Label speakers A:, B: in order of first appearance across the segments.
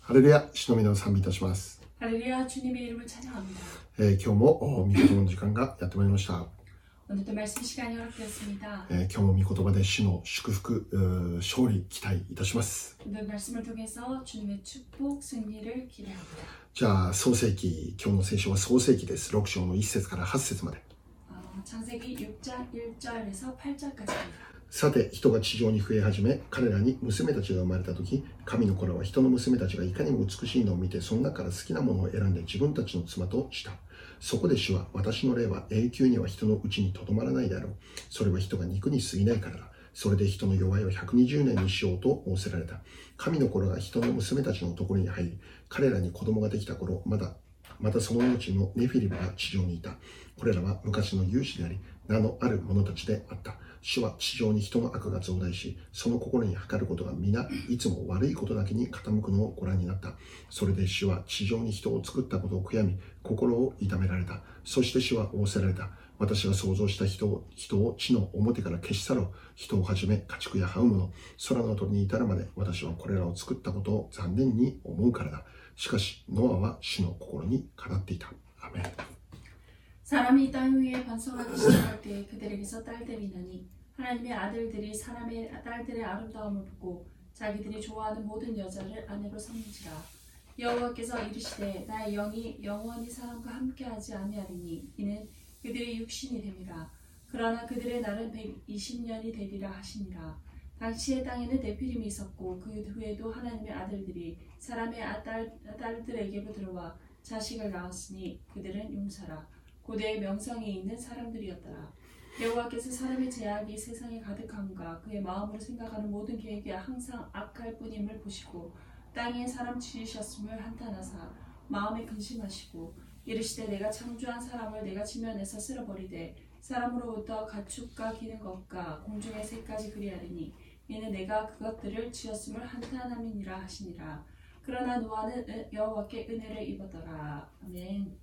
A: 할렐루야, 시노미노 삼비다시마스.
B: 할렐루야 주님의 이름을 찬양합니다.
A: 에, 今日も 미고도의 시간이 やってまいりました.
B: 오늘도 말씀 시간이 허락되었습니다.
A: えー今日も御言葉で死の祝福、うー勝利期待いたします。
B: 오늘 말씀을 통해서 주님의 축복 승리를 기대합니다.
A: じゃあ、創世記、今日の聖書は創世記です。6章の1節から8節まで。
B: 어, 창세기 6장 1절에서 8절까지입니다.
A: さて、人が地上に増え始め、彼らに娘たちが生まれた時、神の子らは人の娘たちがいかにも美しいのを見て、その中から好きなものを選んで自分たちの妻とした。そこで主は、私の霊は永久には人のうちにとどまらないであろう。それは人が肉に過ぎないからだ。それで人の弱いを120年にしようと仰せられた。神の子らが人の娘たちのところに入り、彼らに子供ができた頃、まだまたその後のネフィリムが地上にいた。これらは昔の勇士であり、名のある者たちであった。主は地上に人の悪が増大し、その心に測ることが皆、いつも悪いことだけに傾くのをご覧になった。それで主は地上に人を作ったことを悔やみ、心を痛められた。そして主は仰せられた。私が想像した人を、人を地の表から消し去ろう。人をはじめ、家畜や這うもの、空の鳥に至るまで私はこれらを作ったことを残念に思うからだ。しかし、ノアは主の心にかなっていた。アメン。
B: 사람이 땅 위에 번성하기 시작할 때 그들에게서 딸들이 나니 하나님의 아들들이 사람의 딸들의 아름다움을 보고 자기들이 좋아하는 모든 여자를 아내로 삼는지라 여호와께서 이르시되 나의 영이 영원히 사람과 함께하지 아니하리니 이는 그들의 육신이 됨이라 그러나 그들의 날은 120년이 되리라 하시니라 당시의 땅에는 대피림이 있었고 그 후에도 하나님의 아들들이 사람의 아딸, 딸들에게로 들어와 자식을 낳았으니 그들은 용사라 고대의 명성이 있는 사람들이었더라. 여호와께서 사람의 제약이 세상에 가득함과 그의 마음으로 생각하는 모든 계획이 항상 악할 뿐임을 보시고 땅에 사람 지으셨음을 한탄하사 마음에 근심하시고 이르시되 내가 창조한 사람을 내가 지면에서 쓸어버리되 사람으로부터 가축과 기는 것과 공중의 새까지 그리하리니 이는 내가 그것들을 지었음을 한탄함이니라 하시니라 그러나 노아는 은- 여호와께 은혜를 입었더라 아멘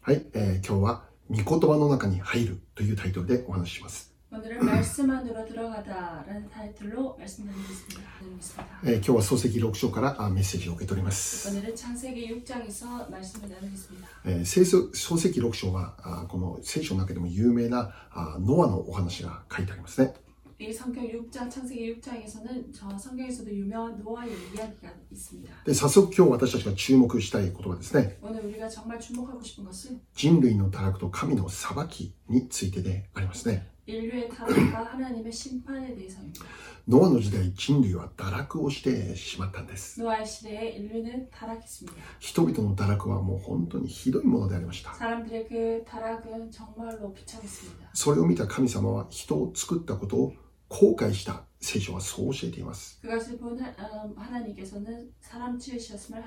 A: はい、えー今日は、御言葉の中に入るというタイトルでお話しします。
B: 오늘은 말씀 안으로 들어가다라는 타이틀로 말씀 나누겠습니다. 나누겠습니다.
A: えー今日は漱石6章からあメッセージを受け取ります。
B: 오늘은 창세기 6장에서 말씀을 나누겠습니다.
A: えー聖書漱石6章は、あこの聖書の中でも有名なあノアのお話が書いてありますね。
B: 이 성경 6장 창세기 6장에서는 저 성경에서도 유명한 노아의 이야기가 있습니다.
A: で、早速今日私たちが注目したい言葉ですね。
B: 오늘 우리가 정말 주목하고 싶은 것은
A: 人類の堕落と神の裁きについてでありますね。
B: 인류의 타락과 하나님의 심판에 대해서입니다.
A: ノアの時代、人類は堕落をしてしまったんです。
B: 노아의 시대에 인류는 타락했습니다.
A: 人々の堕落はもう本当にひどいものでありました。
B: 사람들의 그 타락은 정말로 비참했습니다.
A: それを見た神様は人を作ったことを後悔した聖書はそう教えています。
B: 그것을 본 하- 음, 하나님께서는 사람 지으셨음을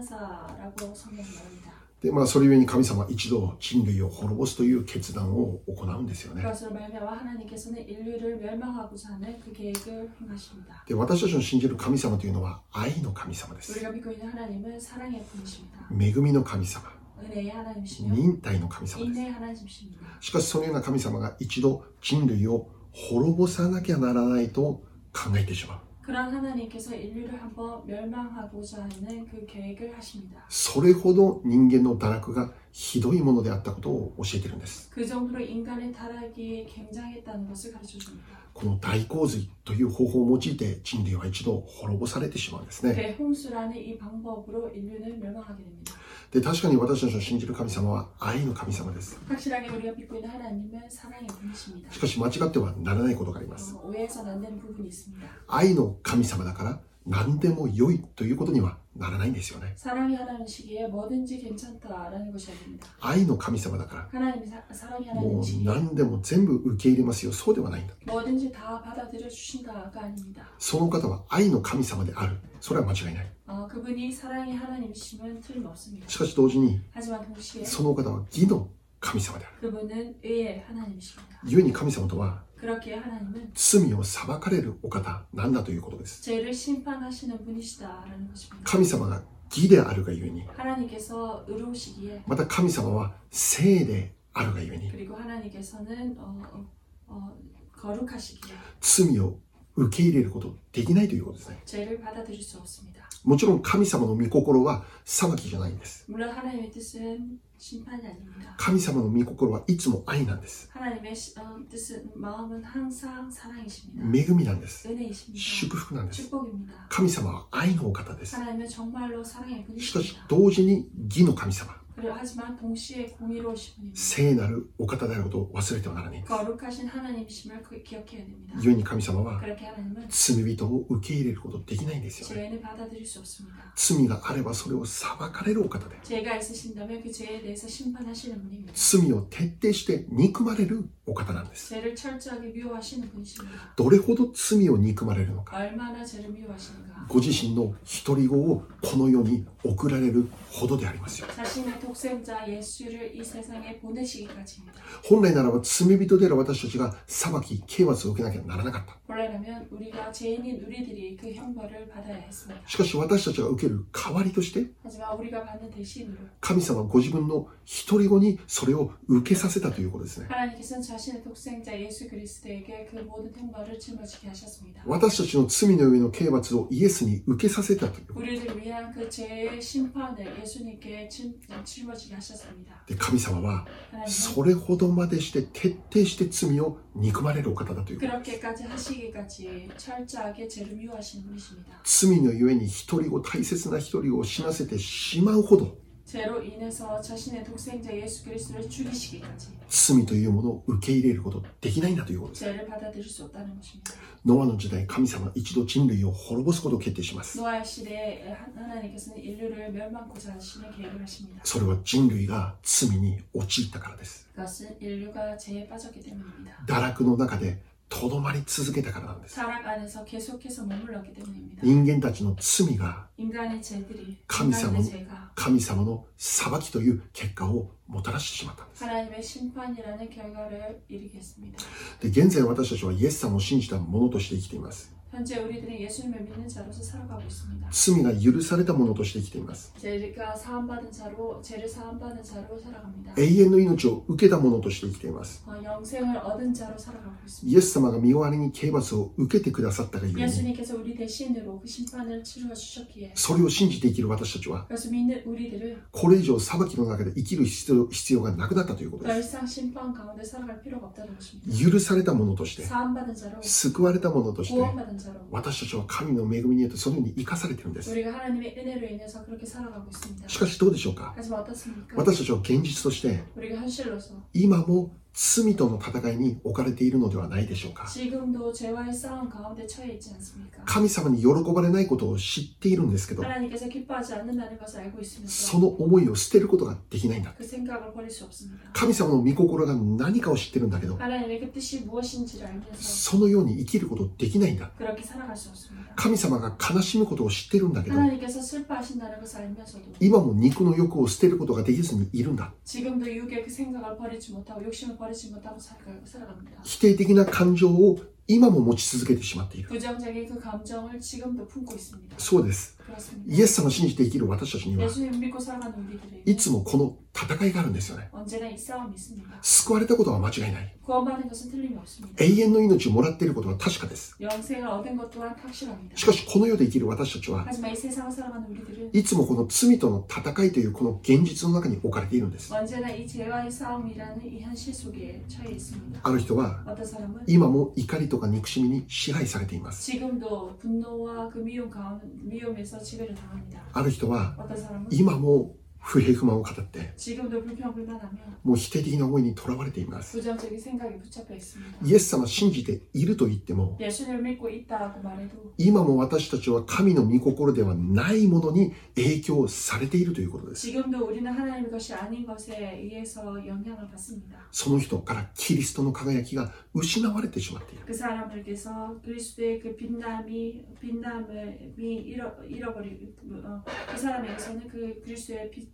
B: 한탄하사라고 성경 말합니다.
A: で、まあそれゆえに神様は一度人類を滅ぼすという決断を行うんですよね。
B: 그것으로 말미암아 하나님께서는 인류를 멸망하고자 하는 그 계획을 행하십니다.
A: で、私たちの信じる神様というのは愛の神様です。
B: 우리가 믿고 있는 하나님은 사랑의 분이십니다.
A: 恵みの神様、
B: 은혜의 하나님이시며
A: 忍耐の神様です。
B: 인내의 하나님이십니다.
A: しかしそのような神様が一度人類を滅ぼさなきゃならないと考えてしまう。
B: 그런 하나님께서 인류를 한번 멸망하고자 하는 그 계획을 하십니다.
A: それほど人間の堕落がひどいものであったことを教えているんです。
B: 그 정도로 인간의 타락이 굉장했다는 것을 가르쳐 줍니다.
A: この大洪水という方法を用いて人類は一度滅ぼされてしまうんですね。
B: 대홍수라는 이 방법으로 인류는 멸망하게 됩니다.
A: で、確かに私たちの信じる神様は愛の神様です。
B: 확실하게 우리가 믿고 있는 하나님은 사랑의 분이십니다.
A: しかし間違ってはならないことがあります。
B: 어, 오해해서는 안 되는 부분이 있습니다.
A: 愛の神様だから何でも良いということにはならないんですよね。
B: 사랑이 하나님 시기에 뭐든지 괜찮다라는 것이 아닙니다.
A: 愛の神様だか
B: 하나님 사, 사랑이
A: らも
B: 하나님
A: う
B: 시기에
A: 何でも全部受け入れますよ。そうではないんだ。
B: 뭐든지 다 받아들여 주신다가 아닙니다.
A: その方は愛の神様である。それは間違いない。
B: 어, 그분이 사랑의 하나님이심은 틀림없습니다.
A: しかし同時に、
B: 하지만 동시에
A: その方は義の神様である。
B: 그분은 의의 하나님이십니다.
A: 故に神様とは
B: 그렇기에 하나님은
A: 罪を裁かれるお方なんだということです。
B: 죄를 심판하시는 분이시다라는 것입니다.
A: 神様が義であるがゆえに、
B: 하나님께서 의로우시기에
A: また神様は聖であるがゆえに、
B: 그리고 하나님께서는 어, 어, 어, 거룩하시기에
A: 罪を受け入れることできないということですね。
B: 죄를 받아들일 수 없습니다.
A: もちろん神様の御心は裁きじゃないんです。
B: 물론 하나님의 뜻은 심판이 아닙니다.
A: 神様の御心はいつも愛なんです。
B: 하나님의 시- 어, 뜻은 마음은 항상 사랑이십니다.
A: 恵みなんです。
B: 은혜이십니다.
A: 祝福なんです。
B: 축복입니다.
A: 神様は愛のお方です。
B: 하나님은 정말로 사랑의
A: しかし
B: 분이십니다.
A: 同時に義の神様、
B: 그리고 하지만 동시에 공의로우신 분입니다.
A: 聖なるお方であることを忘れてはならないんで
B: 그
A: す。
B: 거룩하신 하나님이심을 그- 기억해야 됩니다.
A: 故に神様は
B: 그렇게 하나님은
A: 罪人を受け入れることできないんですよね。
B: 죄는 받아들일 수 없습니다.
A: 罪があればそれを裁かれるお方で、
B: 죄가 있으신다면 그 죄에 대해서 심판하시는 분입니다.
A: 罪を徹底して憎まれるお方なんです。
B: 죄를 철저하게 미워하시는 분이십니다.
A: どれほど罪を憎まれるのか、
B: 얼마나 죄를 미워하시는가.
A: ご自身の独り子をこの世に送られるほどでありますよ。
B: 자신의 독생자 예수를 이 세상에 보내시기까지입니다.
A: 本来ならば罪人である私たちが裁き、刑罰を受けなきゃならなかった。
B: 본래라면 우리가 죄인인 우리들이 그 형벌을 받아야 했습니다.
A: しかし私たちが受ける代わりとして、
B: 하지만 우리가 받는 대신으로
A: 神様はご自分の独り子にそれを受けさせたということですね。
B: 하나님께서는 자신의 독생자 예수 그리스도에게 그 모든 형벌을 짊어지게 하셨습니다.
A: 私たちの罪の上の刑罰をイエスに受けさせたということ。
B: 우리를 위한 그 죄의 심판을 예수님께 짊- 짊어지게 하셨습니다.
A: で、神様は
B: 하나님은
A: それほどまでして徹底して罪を憎まれるお方だということです。
B: 그렇게까지 하시기까지 철저하게 죄를 미워하시는 분이십니다.
A: 罪のゆえに一人を大切な一人を死なせてしまうほど
B: 죄로 인해서 자신의 독생자 예수 그리스도를 죽이시기까지
A: 罪というものを受け入れることできないんだということです。
B: 죄를 받아들일 수 없다는 것입니다.
A: ノアの時代、神様は一度人類を滅ぼすことを決定します。
B: 노아의 시대에 하- 하나님께서는 인류를 멸망고자 하시는 계획을 하십니다.
A: それは人類が罪に陥ったからです。
B: 그것은 인류가 죄에 빠졌기 때문입니다.
A: 堕落の中でとどまり続けたからなんです。
B: 사랑 안에서 계속해서 머물렀기 때문입니다.
A: 人間たちの罪が
B: 인간의 죄들이
A: 감사함은-
B: 인간의 죄가
A: 神様の裁きという結果をもたらしてしまったんです。
B: 하나님의 심판이라는 결과를 이루게 했습니다.
A: で、現在私たちはイエス様を信じた者として生きています。
B: 현재 우리들은 예수님을 믿는 자로서 살아가고 있습니다.
A: 罪が許された者として生きています。
B: 죄가 사함받은 자로 죄를 사함받은 자로 살아갑니다.
A: 永遠の命を受けた者として生きています。
B: 어, 영생을 얻은 자로 살아가고 있습니다.
A: イエス様が身代わりに刑罰を受けてくださったがゆ
B: 음.
A: えに、
B: 예수님께서 우리 대신으로 그 심판을 치루어 주셨기에
A: それを信じて生きる私たちは、
B: 그래서 믿는 우리들은
A: これ以上裁きの中で生きる必要必要がなくなったということ
B: 더
A: です。
B: 이상 심판 가운데 살아갈 필요가 없다는 것입니다.
A: 許された者として、
B: 사함받은 자로
A: 救われた者として、
B: 구원받은 자로
A: 私たちは神の恵みによってそのように生かされてるんです。
B: 우리가 하나님의 은혜로 인해서 그렇게 살아가고 있습니다.
A: しかしどうでしょうか
B: 하지만 어떻습니까?
A: 私たちは現実として、
B: 우리가 현실로서
A: 今も罪との戦いに置かれているのではないでしょうか
B: 지금도 죄와의 싸움 가운데 처해 있지 않습니까?
A: 神様に喜ばれないことを知っているんですけど
B: 하나님께서 기뻐하지 않는다는 것을 알고
A: そ
B: 있으면서
A: の思いを捨てることができないんだ
B: 그 생각을 버릴 수 없습니다.
A: 神様の御心が何かを知ってるんだけど
B: 하나님의 그 뜻이 무엇인지를 알면서
A: そのように生きることできないんだ
B: 그렇게 살아갈 수 없습니다.
A: 神様が悲しむことを知ってるんだけど
B: 하나님께서 슬퍼하신다는 것을 알면서도
A: 今も肉の欲を捨てることができずにいるんだ
B: 지금도 육의 그 생각을 버리지 못하고 욕심을 버리지 못하고 살아가- 살아갑니다.
A: 否定的な感情を今も持ち続けてしまっている
B: 부정적인 그 감정을 지금도 품고 있습니다.
A: そうですイ
B: 그렇습니다.
A: エス様を信じて生きる私たちには
B: 예수님 믿고 살아가는 우리들에게
A: いつもこの戦いがあるんですよね
B: 언제나 이 싸움이 있습니다.
A: 救われたことは間違いない
B: 구원받은 것은 틀림이 없습니다.
A: 永遠の命をもらっていることは確かです。
B: 영생을 얻은 것 또한 확실합니다.
A: しかし、この世で生きる私たちは、
B: 하지만 이 세상을 살아가는 우리들은
A: いつもこの罪との戦いというこの現実の中に置かれているんです。
B: 언제나 이 죄와의 싸움이라는 이 현실 속에 처해 있습니다.
A: ある人は、
B: 어떤 사람은
A: 今も怒りとか憎しみに支配されています。
B: 지금도 분노와 그 미움 가운 미움에서 지배를 당합니다.
A: ある人は、
B: 어떤 사람은
A: 今も不平不満を語って、
B: 지금도 불평 불만하며
A: もう否定的な思いにとらわれています。
B: 부정적인 생각에 붙잡혀 있습니다.
A: イエス様を信じていると言っても、
B: 예수를 믿고 있다고 말해도
A: 今も私たちは神の御心ではないものに影響されているということです。
B: 지금도 우리는 하나님의 것이 아닌 것에 의해서 영향을 받습니다.
A: その人からキリストの輝きが失われてしまっている。
B: 그 사람들께서 그리스도의 그 빛남이 빛남을 미- 잃어, 잃어버리 어, 그 사람에게서는 그 그리스도의 빛을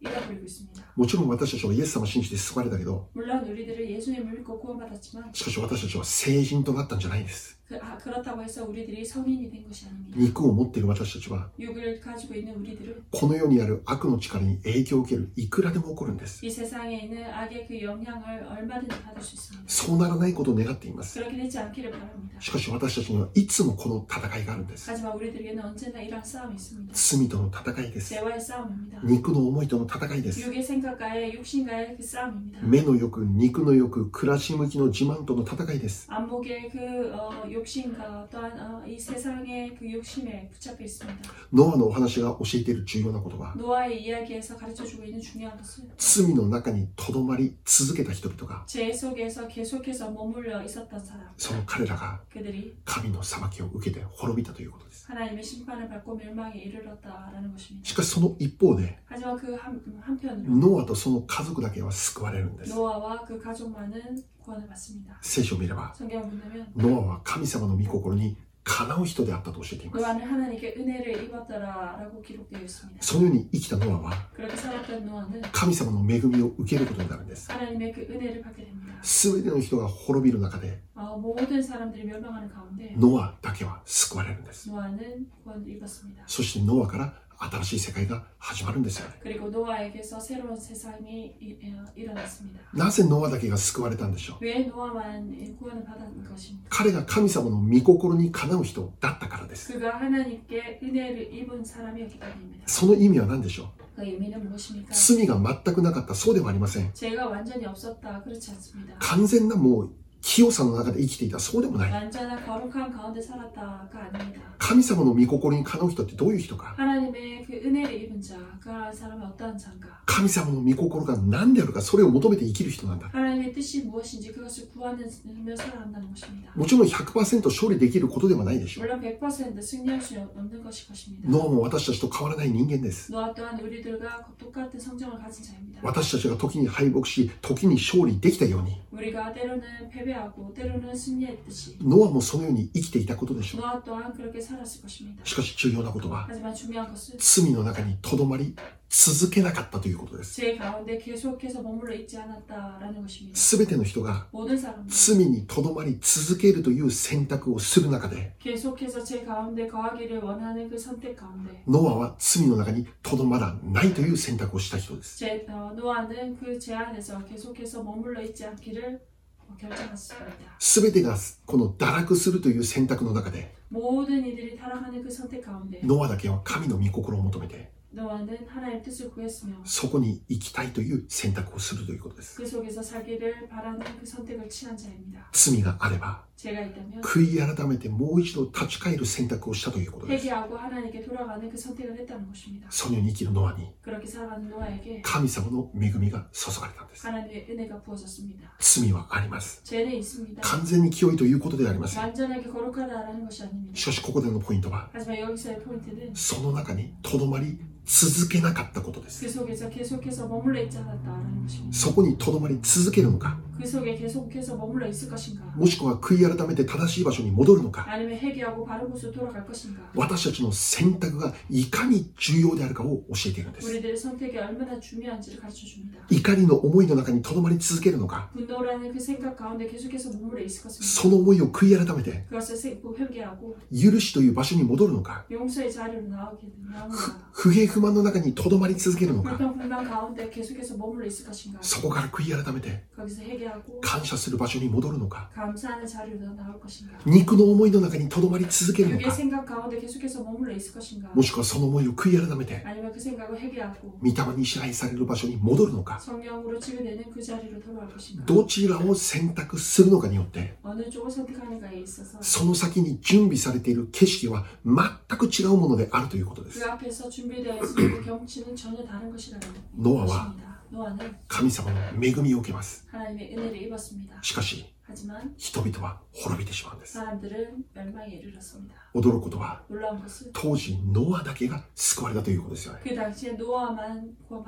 B: 잃어버리고 있습니다.
A: もちろん私たちはイエス様を信じて救われたけど、
B: 물론 우리들은 예수님을 믿고 구원받았지만
A: しかし私たちは成人となったんじゃないんです。
B: 그, 아, 그렇다고 해서 우리들이 성인이 된 것이 아닙니다.
A: 肉を持っている私たちは、
B: 육을 가지고 있는 우리들은
A: この世にある悪の力に影響を受ける、いくらでも起こるんです。
B: 이 세상에 있는 악의 그 영향을 얼마든지 받을 수 있습니다.
A: そうならないことを願っています。
B: 그렇게 되지 않기를 바랍니다.
A: しかし私たちにはいつもこの戦いがあるんです。
B: 하지만 우리들에게는 언제나 이러한 싸움이 있습니다.
A: 罪との戦いです。
B: 대화의 싸움입니다.
A: 肉の思いとの戦いです。
B: 육의 생각과의 육신과의 그 싸움입니다.
A: 目の欲、肉の欲、暮らし向きの自慢との戦いです。
B: 안목의 그 어, 욕심과 또한 어, 이 세상의 그 욕심에 붙잡혀 있습니다.
A: ノアのお話が教えている重要なことは、
B: 노아의 이야기에서 가르쳐주고 있는 중요한 것은
A: 罪の中に留まり続けた人々が、
B: 죄 속에서 계속해서 머물러 있었던 사람
A: その彼らが
B: 그들이
A: 神の裁きを受けて滅びたということです。
B: 하나님의 심판을 받고 멸망에 이르렀다라는 것입니다.
A: しかしその一方で、
B: 하지만 그 한, 한편으로
A: ノアとその家族だけは救われるんです。
B: 노아와 그 가족만은 구원을 받습니다.
A: 聖書を見れば、
B: 성경을 본다면
A: ノアは神様の御心にかなう人であったと教えています。
B: 노아는 하나님께 은혜를 입었더라라고 기록되어 있습니다.
A: そのように生きたノアは、
B: 그렇게 살았던 노아는
A: 神様の恵みを受けることになるんです。
B: 하나님의 그 은혜를 받게 됩니다.
A: すべての人が滅びる中で、
B: 어, 모든 사람들이 멸망하는 가운데
A: ノアだけは救われるんです。
B: 노아는 구원을 입었습니다.
A: そしてノアから新しい世界が始まるんですよね。
B: 그리고 노아에게서 새로운 세상이 이- 어, 일어났습니다.
A: なぜノアだけが救われたんでしょう
B: 왜 노아만 구원을 받은 것입니까?
A: 彼が神様の御心にかなう人だったからです。
B: 그가 하나님께 은혜를 입은 사람이었기 때문입니다.
A: その意味は何でしょう
B: 그 의미는 무엇입니까?
A: 罪が全くなかった、そうではありません。
B: 죄가 완전히 없었다 그렇지 않습니다.
A: 完全なもう清さの中で生きていた、そうでもない。
B: 완전한 거룩한 가운데 살았다가 아닙니다.
A: 神様の御心にかなう人ってどういう人か
B: 하나님의 그 은혜를 입은 자, 그러한 사람은 어떠한 자인가?
A: 神様の御心が何であるか、それを求めて生きる人なんだ。
B: 하나님의 뜻이 무엇인지 그것을 구하며 살아간다는 것입니다.
A: もちろん100%勝利できることではないでしょう。
B: 물론 100% 승리할 수 없는 것일 것입니다.
A: ノアも私たちと変わらない人間です。
B: 노아 또한 우리들과 똑같은 성정을 가진 자입니다.
A: 私たちが時に敗北し、時に勝利できたように、
B: 우리가 때로는 패배하고 때로는 승리했듯이
A: ノアもそのように生きていたことでしょ
B: 노아 또한 그렇게 살았을 것입니다.
A: う。しかし重要なことは、
B: 하지만 중요한 것은
A: 罪の中にとどまり続けなかったということです。
B: 죄 가운데 계속해서 머물러 있지 않았다라는 것입니다.
A: すべての人が
B: 모든 사람들이
A: 罪にとどまり続けるという選択をする中で、
B: 계속해서 죄 가운데 거하기를 원하는 그 선택 가운데
A: ノアは罪の中にとどまらないという選択をした人です。
B: 죄 어, 노아는 그 죄 안에서 계속해서 머물러 있지 않기를 어, 결정했습니다.
A: すべてがこの堕落するという選択の中で、
B: 모든 이들이 타락하는 그 선택 가운데
A: ノアだけは神の御心を求めて、
B: 노아는 하나님의 뜻을 구했으며
A: そこに行きたいという選択をするということです。
B: 그 속에서 살기를 바라는 그 선택을 취한 자입니다.
A: 罪があれば、
B: 제가 있다면
A: 悔い改めてもう一度立ち返る選択をしたということです。
B: 회개하고 하나님께 돌아가는 그 선택을 했다는 것입니다.
A: そのように生きるノアに、
B: 그렇게 살아가는 노아에게
A: 神様の恵みが注がれたんです。
B: 하나님의 은혜가 부어졌습니다.
A: 罪はあります。
B: 죄는 있습니다.
A: 完全に清いということではありません。
B: 완전하게 거룩하다라는 것이 아닙니다.
A: しかしここでのポイントは、
B: 하지만 여기서의 포인트는
A: その中にとどまり続けなかったことです
B: 그 。 속에서 계속해서 머물러 있지 않았다라는 것입니다.
A: そこにとどまり続けるのか、
B: 그 속에 계속해서 머물러 있을 것인가?
A: もしくは悔い改めて正しい場所に戻るのか、
B: 아니면 회개하고 바른 곳으로 돌아갈 것인가?
A: 私たちの選択がいかに重要であるかを教えているんです。
B: 우리들의 선택이 얼마나 중요한지를 가르쳐 줍니다.
A: 怒りの思いの中にとどまり続けるのか、
B: 분노라는 그 생각 가운데 계속해서 머물러 있을 것입니다.
A: その思いを悔い改めて
B: 그것을 세고 회개하고
A: 許しという場所に戻るのか、
B: 용서의 자리로 나오게 나오는가?
A: 不平不満の中にとどまり続けるのか、
B: 불평 분만 가운데 계속해서 머물러 있을 것인가?
A: そこから悔い改めて
B: 거기서 회개하고
A: 感謝する場所に戻るのか、
B: 감사하는 자리로 나올 것인가?
A: 肉の思いの中にとどまり続けるの
B: 육의
A: か、
B: 생각 가운데 계속해서 머물러 있을 것인가?
A: もしくはその思いを悔い改めて、
B: 아니면 그 생각을 회개하고
A: 御霊に支配される場所に戻るのか、
B: 성령으로 치유되는 그 자리로 돌아올 것인가?
A: どちらを選択するのかによって、
B: 어느 쪽을 선택하는가에 있어서
A: その先に準備されている景色は全く違うものであるということで
B: 그
A: す。
B: 앞에서 준비되어 있을 그 경치는 전혀 다른 것이라는
A: 노아와
B: 것입니다. 노아는
A: 神様の恵みを受けます。
B: 하나님의 은혜를 입었습니다.
A: しかし、
B: 하지만
A: 人々は滅びてしまうんです。
B: 사람들은 멸망에 이르렀습니다.
A: 驚くことは、
B: 놀라운 것은
A: 当時ノアだけが救われたということですよね。
B: 그 당시에 노아만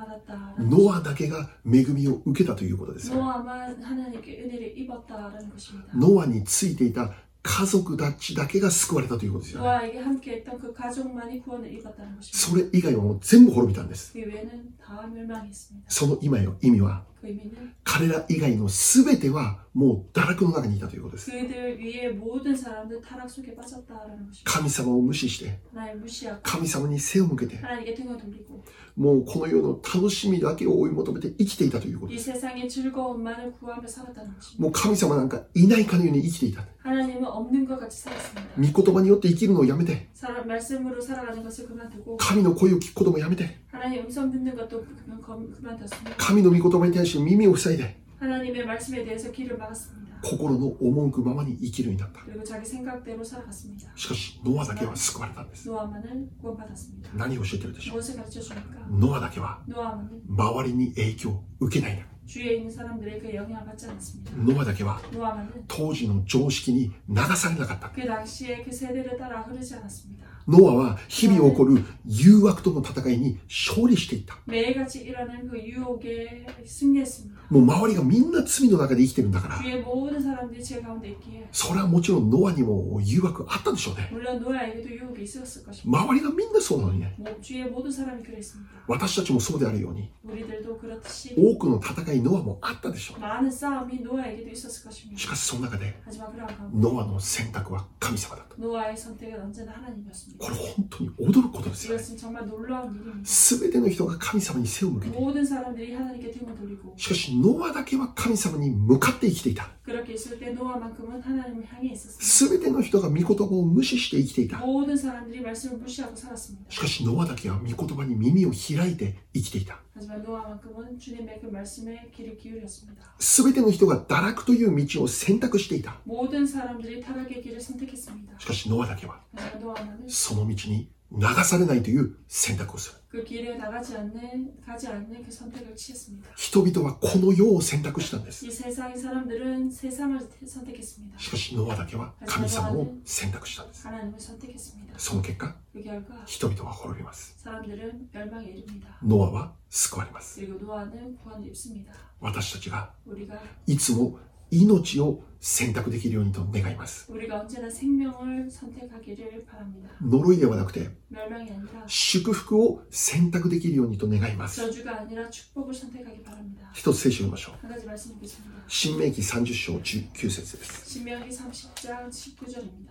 B: 구원받았다.
A: ノアだけが恵みを受けたということですよね。
B: 노아만 하나님께 은혜를 입었다라는 것입니다.
A: ノアについていた家族たちだけが救われたということですよね。
B: 그와 에게 함께했던 그 가족만이 구원을 입었다는 것입니다.
A: それ以外はもう全部滅びたんです。
B: 그 외에는 다 멸망했습니다.
A: その今の意味は、
B: 그 의미는
A: 彼ら以外の全てはもう堕落の中にいたということです。
B: 그들 위에 모든 사람들 타락 속에 빠졌다라는 것입니다.
A: 神様を無視して、
B: 하나님 무시하고
A: 神様に背を向けて、
B: 하나님께 등을 돌리고
A: もうこの世の楽しみだけを追い求めて生きていたということ
B: 이
A: です。
B: 세상의 즐거움만을 구하며 살았다는 것입니다.
A: もう神様なんかいないかのように生きていた。
B: 하나님은 없는 것 같이 살았습니다.
A: 御言葉によって生きるのをやめて、
B: 사람 말씀으로 살아가는 것을 그만두고
A: 神の声を聞くこともやめて、
B: 하나님 음성 듣는 것도 그만- 검- 그만뒀습니다.
A: 神の御言葉に対して耳を塞いで、
B: 하나님의 말씀에 대해서 귀를 막았습니다.
A: 心の赴くままに生きるようになった。
B: 그리고 자기 생각대로 살아갔습니다.
A: しかし、ノアだけは救われたんです。
B: 노아만을 구원받았습니다.
A: 何を教えてるでしょう
B: 무엇을 가르쳐 주니까
A: ノアだけは、
B: 노아만은
A: 周りに影響を受けないな。
B: 주위에 있는 사람들의 그 영향을 받지 않았습니다.
A: ノアだけは、
B: 노아만은
A: 当時の常識に流されなかった。
B: 그 당시에 그 세대를 따라 흐르지 않았습니다.
A: ノアは日々起こる誘惑との戦いに勝利していった。
B: 매일같이 일어나는 그 유혹에 승리했습니다.
A: もう周りがみんな罪の中で生きてるんだから、
B: 주위의 모든 사람들이 제 가운데 있기에
A: それはもちろんノアにも誘惑あったんでしょうね。
B: 물론 노아에게도 유혹이 있었을 것입니다.
A: 周りがみんなそうなのにね、
B: 뭐, 주위의 모든 사람이 그랬습니다.
A: 私たちもそうであるように、
B: 우리들도 그렇듯이
A: 多くの戦いノアもあったでしょ
B: 많은 싸움이 노아에게도 있었을 것입니다.
A: う。しかしその中で、
B: 하지만 그러한 가운데
A: ノアの選択は神様だった。
B: 노아의 선택은 언제나 하나님이었습니다.
A: これ本当に驚くことですよね。
B: 이것은 정말 놀라운 일입니다.
A: 全ての人が神様に背を向けて、
B: 모든 사람들이 하나님께 등을 돌리고
A: しかしノアだけは神様に向かって生きていた。
B: 그렇게 있을 때 노아만큼은 하나님을 향해 있었습니다.
A: 全ての人が御言葉を無視して生きていた。
B: 모든 사람들이 말씀을 무시하고 살았습니다.
A: しかしノアだけは御言葉に耳を開いて生きていた。
B: 하지만 노아만큼은 주님의 그 말씀에 귀를 기울였습니다.
A: 全ての人が堕落という道を選択していた。
B: 모든 사람들이 타락의 길을 선택했습니다.
A: しかしノアだけは
B: 하지만 노아만은
A: その道に流されないという選択をする。
B: 그 길에 나가지 않는 가지 않는 그 선택을 취했습니다.
A: 人々はこの世を選択したんです。
B: 이 세상의 사람들은 세상을 태- 선택했습니다.
A: しかしノアだけは神様を選択したんです。
B: 하나님을 선택했습니다.
A: その結果、
B: 그 결과
A: 人々は滅びます。
B: 사람들은 멸망에 이릅니다.
A: ノアは救われます。
B: 그리고 노아는 구원을 입습니다.
A: 私たちが
B: 우리가
A: いつも命を選択できるようにと願います。
B: 우리가 언제나 생명을 선택하기를 바랍니다.
A: 呪いではなくて、
B: 멸망이 아니라
A: 祝福を選択できるようにと願います。
B: 저주가 아니라 축복을 선택하기 바랍니다.
A: 一つ聖書を読みましょう。
B: 한 가지 말씀드리겠습니다.
A: 新明記30章19節です。
B: 신명기 30장 19절입니다.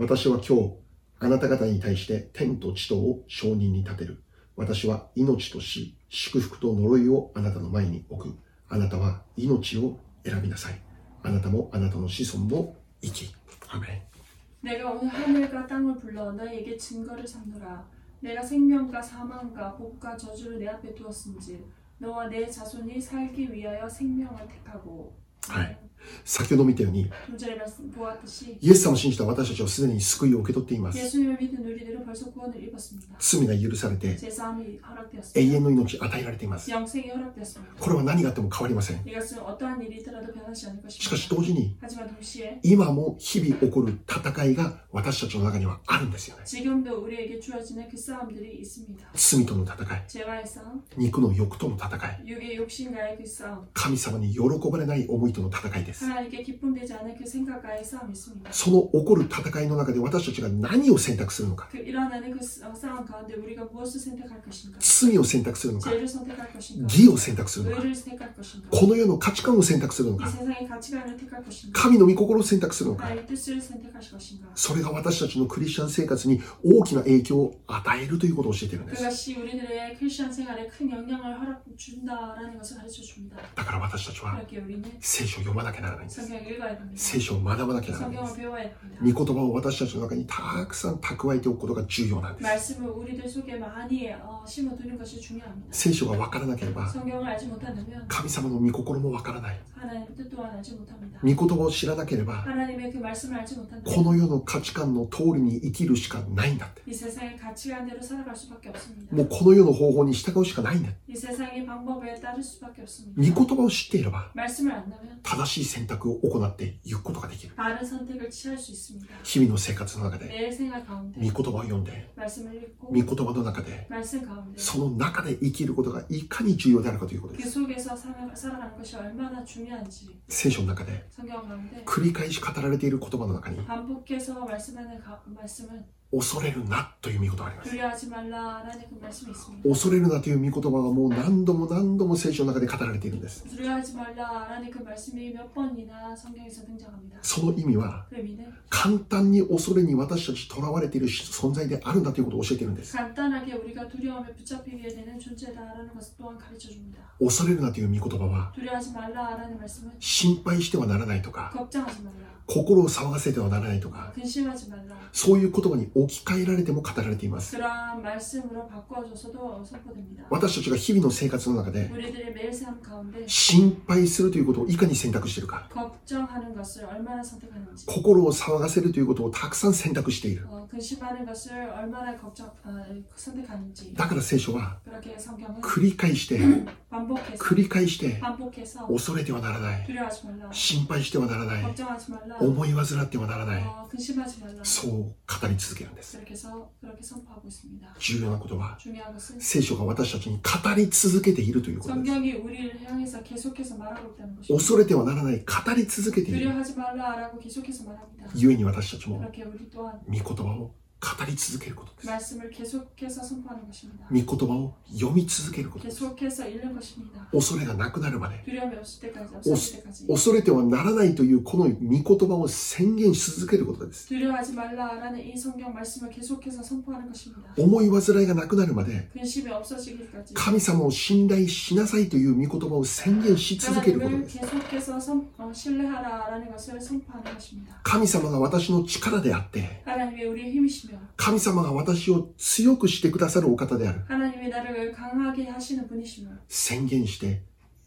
A: 私は今日あなた方に対して天と地とを証人に立てる私は命と死祝福と呪いをあなたの前に置くあなたは命を選びなさいあなたもあなたの子孫も生きアーメン
B: 내가 오늘 하늘과 땅을 불러 너에게 증거를 삼노라. 내가 생명과 사망과 복과 저주를 내 앞에 두었은지 너와 내 자손이 살기 위하여 생명을 택하고
A: はい先ほど見たように
B: 동전에 말씀 보았듯이
A: イエス様を信じた私たちはすでに救いを受け取っています
B: 예수님을 믿은 우리들은 벌써 구원을 입었습니다.
A: 罪が許されて
B: 제사함이
A: 永
B: 허락되었습니다.
A: 遠の命与えられています
B: 영생이 허락되었습니다.
A: これは何があっても変わりません
B: 이것은 어떠한 일이 있더라도 변하지 않을
A: しかし
B: 것입니다.
A: 同時に
B: 하지만 동시에
A: 今も日々起こる戦いが私たちの中にはあるんですよね
B: 지금도 우리에게 주어지는 그 싸움들이 있습니다.
A: 罪との戦い
B: 재화의 싸움,
A: 肉の欲との戦い
B: 육의 욕심과의 그 싸움,
A: 神様に喜ばれない思いとの戦いです。
B: 하나님께 기쁨되지 않은 그 생각과의 싸움이 있습니다.
A: その起こる戦いの中で私たちが何を選択するのか、
B: 그 일어나는 그 싸- 싸움 가운데 우리가 무엇을 선택할 것인가?
A: 罪を選択するのか、
B: 죄를 선택할 것인가?
A: 義を選択するのか、
B: 의를 선택할 것인가?
A: この世の価値観を選択するの
B: 이
A: か、
B: 세상의 가치관을 택할 것인가?
A: 神の御心を選択するのか、
B: 나의 뜻을 선택할 것인가?
A: それが私たちのクリスチャン生活に大きな影響を与えるということを教えているんです。
B: 그것이 우리들의 크리스천 생활에 큰 영향을 허락 준다라는 것을 가르쳐 줍니다.
A: だから私たちは
B: 그렇게 우리는
A: 聖書を読まなきゃならないんです。
B: 성경을 읽어야 됩니다.
A: 聖書を学ばなきゃならないんで
B: 성경을
A: す。
B: 배워야 됩니다.
A: 御言葉を私たちの中にたくさん蓄えておくことが重要なんです。
B: 말씀을 우리들 속에 많이 어, 심어두는 것이 중요합니다.
A: 聖書がわからなければ、
B: 성경을 알지 못한다면
A: 神様の御心もわからない。
B: 하나님 뜻 또한 알지 못합니다.
A: 御言葉を知らなければ、
B: 하나님의 그 말씀을 알지 못한다면
A: この世の価値観の通りに生きるしかないんだって。
B: 이 세상의 가치관대로 살아갈 수밖에 없습니다.
A: もうこの世の方法に従うしかないんだ。
B: 이 세상의 방법에 따를 수밖에 없습니다.
A: 御言葉を知っていれば、
B: 말씀을 안다면
A: 正しい選択を行っていくことができる
B: 바른 선택을 취할 수 있습니다.
A: 日々の生活の中で
B: 매일 생활
A: 御言
B: 가운데
A: 葉を読んで
B: 말씀을 읽고
A: 御言葉の中で
B: 말씀 가운데
A: その中で生きることがいかに重要であるかということで
B: 그
A: す
B: 속에서 살아, 살아가는 것이 얼마나 중요한지
A: 聖書の中で
B: 성경 가운데
A: 繰り返し語られている言葉の中に
B: 반복해서 말씀하는 가, 말씀은
A: 恐れるなという御言葉があります
B: 두려워하지 말라라는 그 말씀이 있습니다.
A: 恐れるなという御言葉はもう何度も何度も聖書の中で語られているんです。
B: 두려워하지 말라라는 그 말씀이 몇 번이나 성경에서 등장합니다.
A: その意味は
B: 그 의미는
A: 簡単に恐れに私たち囚われている存在であるんだということを教えているんです。
B: 간단하게 우리가 두려움에 붙잡히게 되는 존재다라는 것을 또한 가르쳐 줍니다.
A: 恐れるなという御言葉は
B: 두려워하지 말라라는 말씀은
A: 心配してはならないとか
B: 걱정하지 말라,
A: 心を騒がせてはならないとか
B: 근심하지 말라.
A: そういう言葉に置き換えられても語られています。
B: 그러한 말씀으로 바꿔줘서도 선포됩니다.
A: 私たちが日々の生活の中で
B: 우리들의 매일 삶 가운데
A: 心配するということをいかに選択しているか
B: 걱정하는 것을 얼마나 선택하는지,
A: 心を騒がせるということをたくさん選択している。
B: 어, 근심하는 것을 얼마나 걱정 아, 선택하는지.
A: だから聖書は
B: 그렇게 성경은
A: 繰り返して繰
B: 반복해서
A: り返して
B: 반복해서
A: 恐れてはならない。
B: 두려워하지 말라,
A: 心配してはならない
B: 걱정하지 말라,
A: 思い煩ってはならない
B: 어, 근심하지 말라.
A: そう語り続けるんです
B: 그렇게 해서 그렇게 선포하고 있습니다.
A: 重要なことは
B: 중요한 것은
A: 聖書が私たちに語り続けているということです
B: 성경이 우리를 향해서 계속해서 말하고 있다는 것입니다.
A: 恐れてはならない語り続けている
B: 두려워하지 말라라고 계속해서 말합니다.
A: 故に私たちも
B: 그렇게 우리 또한
A: 御言葉を語り続けることです
B: 말씀을 계속해서 선포하는 것입니다.
A: 御言葉を読み続けることです
B: 계속해서 읽는 것입니다.
A: 恐れがなくなるまで
B: 두려움이 없을 때까지, 없을 때까지.
A: 恐れてはならないというこの御言葉を宣言し続けることです
B: 두려워하지 말라라는 이 성경 말씀을 계속해서 선포하는 것입니다.
A: 思い煩いがなくなるまで
B: 근심이 없어지기까지
A: 神様を信頼しなさいという御言葉を宣言し続けることで
B: 하나님을
A: す
B: 계속해서 선, 어, 신뢰하라라는 것을 선포하는 것입니다.
A: 神様が私の力であって、
B: 하나님이 우리의 힘이시며
A: 神様が私を強くしてくださるお方である。
B: 하나님이 나를 강하게 하시는 분이시며
A: 宣言して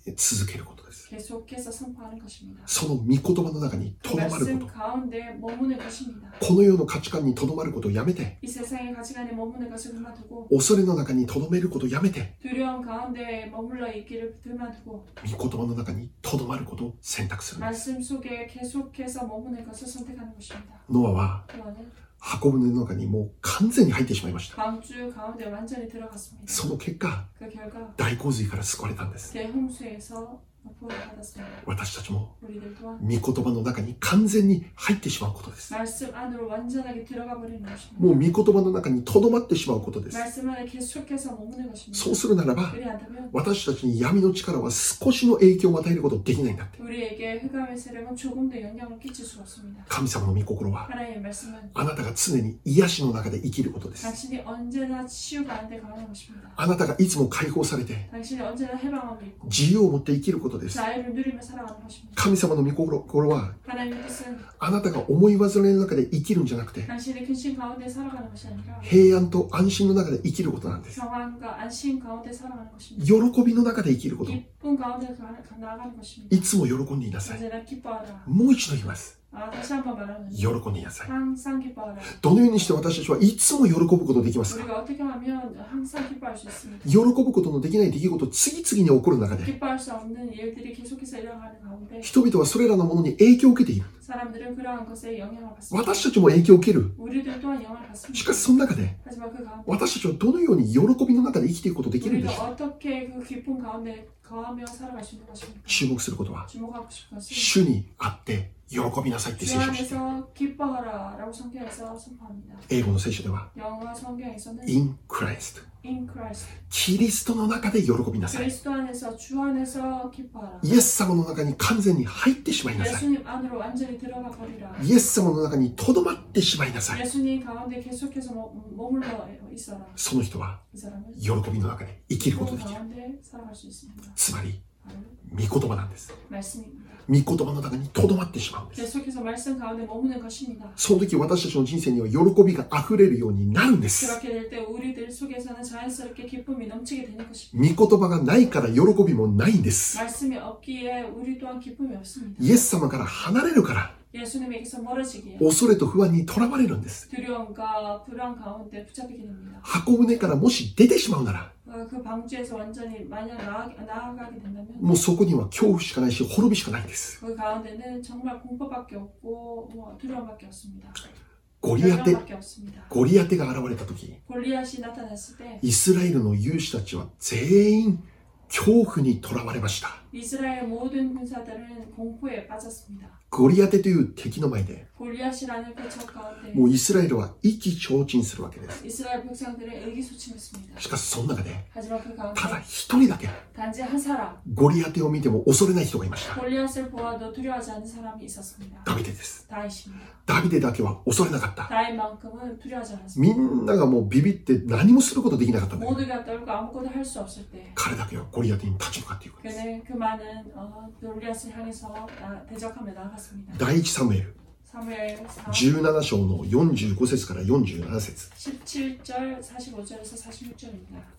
A: え続けることです。
B: 계속해서 선포하는 것입니다.
A: その御言葉の中にと
B: 그
A: どまる
B: 말씀
A: こ
B: 가운데 머무는 것입니다.
A: と。この世の価値観にとどまることをやめて、
B: 이 세상의 가치관에 머무는 것을 그만두고
A: 恐れの中にとどめることをやめて、
B: 두려움 가운데 머물러 있기를 그만두고
A: 御言葉の中にとどまることを選択する。
B: 말씀 속에 계속해서 머무는 것을 선택하는 것입니다.
A: ノアは
B: 그와는
A: 箱舟の中にもう完全に入ってしまいました。
B: 광주 가운데 완전히 들어갔습니다.
A: その結果、
B: 그 결과
A: 大洪水から救われたんです。
B: 대홍수에서 보호를 받았습니다.
A: 私たちも
B: 우리들 또한
A: 御言葉の中に完全に入ってしまうことです。
B: 말씀 안으로 완전하게 들어가 버리는 것입니다.
A: もう御言葉の中にとどまってしまうことです。
B: 말씀 안에 계속해서 머무는 것입니다.
A: そうするならば、
B: 그리 한다면
A: 私たちに闇の力は少しの影響を与えることできないんだって。
B: 우리에게 흑암의 세력은 조금도 영향을 끼칠 수 없습니다.
A: 神様の御心は、
B: 하나님의 말씀은
A: あなたが常に癒しの中で生きることです。
B: 당신이 언제나 치유가 안돼 가는 것입니다.
A: あなたがいつも解放されて、
B: 당신이 언제나 해방함을 입고
A: 自由を持って生きることです。
B: 자유를 누리며 살아가는 것입니다.
A: 神様の御心は、
B: 하나님의 뜻은
A: あなたが思い煩いの中で生きるんじゃなくて、
B: 당신의 근심 가운데 살아가는 것이 아니라
A: 平安と安心の中で生きることなんです。
B: 평안과 안심 가운데 살아가는 것입니다.
A: 喜びの中で生きること。
B: 기쁨 가운데 가- 가- 나아가는 것입니다.
A: いつも喜んでいなさい。
B: 언제나 기뻐하라.
A: もう一度言います。
B: 아, 다시 한번 말하면
A: 喜んでいなさい。
B: 항상 기뻐하라.
A: どのようにして私たちはいつも喜ぶことできますか
B: 우리가 어떻게 하면 항상 기뻐할 수 있습니까?
A: 喜ぶことのできない出来事次々に起こる中で、
B: 기뻐할 수 없는 일들이 계속해서 일어나는 가운데
A: 人々はそれらのものに影響を受けている。
B: 사람들은 그러한 것에 영향을 받습니다.
A: 私たちも影響を受ける。
B: 우리들 또한 영향을
A: し
B: 받습니다.
A: かしその中で、
B: 하지만 그 가운데
A: 私たちはどのように喜びの中で生きていくことできるんで
B: 우리가
A: しょう
B: 어떻게 그 기쁨 가운데 거하며 살아갈 수 있는 것입니까?
A: 注目することは、
B: 주목하고 싶은 것은
A: 主にあって喜びなさいって
B: 주
A: 聖書をしている。
B: 안에서 기뻐하라 라고 성경에서 선포합니다.
A: 英語の聖書では、
B: 영어 성경에서는
A: in Christ。
B: in Christ
A: キリストの中で喜びなさい。
B: 그리스도 안에서 주 안에서 기뻐하라
A: イエス様の中に完全に入ってしまいなさい。
B: 예수님 안으로 완전히 들어가 버리라
A: イエス様の中にとどまってしまいなさい。
B: 예수님 가운데 계속해서 머- 머물러 있어라
A: その人は
B: 이 사람은
A: 喜びの中で生きること
B: 그
A: ができる。
B: 가운데 살아갈 수 있습니다.
A: つまり、
B: 바로
A: 御言葉なんです。
B: 말씀입니다.
A: 御言葉の中にとどまってしまうんです。
B: 계속해서 말씀 가운데 머무는 것입니다.
A: その時私たちの人生には喜びが溢れるようになるんです。
B: 그렇게 될 때 우리들 속에서는 자연스럽게 기쁨이 넘치게 되는 것입니다.
A: 御言葉がないから喜びもないんです。
B: 말씀이 없기에 우리 또한 기쁨이 없습니다.
A: イエス様から離れるから、
B: 예수님에게서 멀어지기에
A: 恐れと不安にとらわれるんです。
B: 두려움과 불안 가운데 붙잡히게 됩니다.
A: 箱舟からもし出てしまうなら、
B: 어, 그 방주에서 완전히 만약 나아, 나아가게 된다면
A: もうそこには恐怖しかないし滅びしかないんです
B: 그 가운데는 정말 공포밖에 없고 뭐 두려움밖에 없습니다.
A: ゴリアテ
B: 절망밖에 없습니다.
A: ゴリアテが現れた時
B: 골리앗이 나타났을 때
A: イスラエルの勇士たちは全員恐怖にとらわれました
B: 이스라엘 모든 군사들은 공포에 빠졌습니다.
A: ゴリアテという敵の前で
B: 골리앗이라는 그 적 가운데
A: もうイスラエルは意気消沈するわけです
B: 이스라엘 백성들은 의기소침했습니다.
A: しかしその中で
B: 하지만 그 가운데
A: ただ一人だけ
B: 단지 한 사람
A: ゴリアテを見ても恐れない人がいました。
B: 골리앗을 보아도 두려워하지 않는 사람이 있었습니다.
A: ダビデです。
B: 다윗입니다.
A: ダビデだけは恐れなかった。
B: 다윗만큼은 두려워하지 않았습니다.
A: みんながもうビビって何もすることできなかったんだけど
B: 모두가 떨고 아무것도 할 수 없을 때
A: 彼だけはゴリアテに立ち向かっていくんです。
B: 그는 그 많은 어, 골리앗을 향해서 나- 대적하며 나아갔습니다.
A: 第一サムエル
B: 사무엘 4
A: 17章の45節から47節
B: 17절 45절에서 46절입니다.